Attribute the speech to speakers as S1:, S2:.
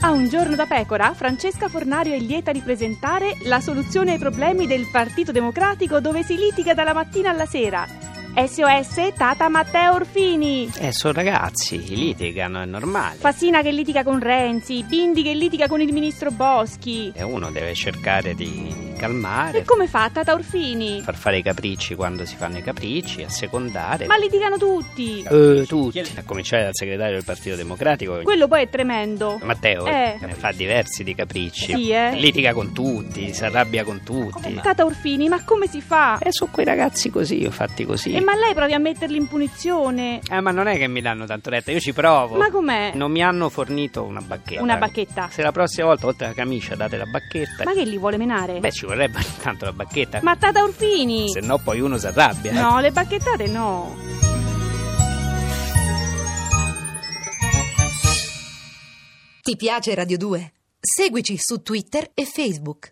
S1: A un giorno da pecora, Francesca Fornario è lieta di presentare la soluzione ai problemi del Partito Democratico dove si litiga dalla mattina alla sera. SOS Tata Matteo Orfini.
S2: Eh, sono ragazzi, litigano, è normale.
S1: Fassina che litiga con Renzi, Bindi che litiga con il ministro Boschi.
S2: E uno deve cercare di
S1: E
S2: calmare,
S1: come fa Tata Orfini?
S2: far fare i capricci quando si fanno i capricci, assecondare.
S1: Ma litigano tutti.
S2: Eh, tutti. A cominciare dal segretario del Partito Democratico.
S1: Quello poi è tremendo.
S2: Matteo
S1: Eh.
S2: ne fa diversi di capricci.
S1: Sì, eh.
S2: Litiga con tutti, si arrabbia con tutti.
S1: Tata Orfini, ma come si fa?
S2: E sono quei ragazzi così, fatti così.
S1: E ma lei provi a metterli in punizione?
S2: Eh, ma non è che mi danno tanto retta, io ci provo.
S1: Ma com'è?
S2: Non mi hanno fornito una bacchetta.
S1: Una bacchetta.
S2: Se la prossima volta, oltre alla camicia, date la bacchetta.
S1: Ma che li vuole menare?
S2: Beh, ci vorrebbe ogni tanto la bacchetta.
S1: Ma Tata Orfini!
S2: Se no poi uno si arrabbia. eh.
S1: No, le bacchettate no.
S3: Ti piace Radio 2? Seguici su Twitter e Facebook.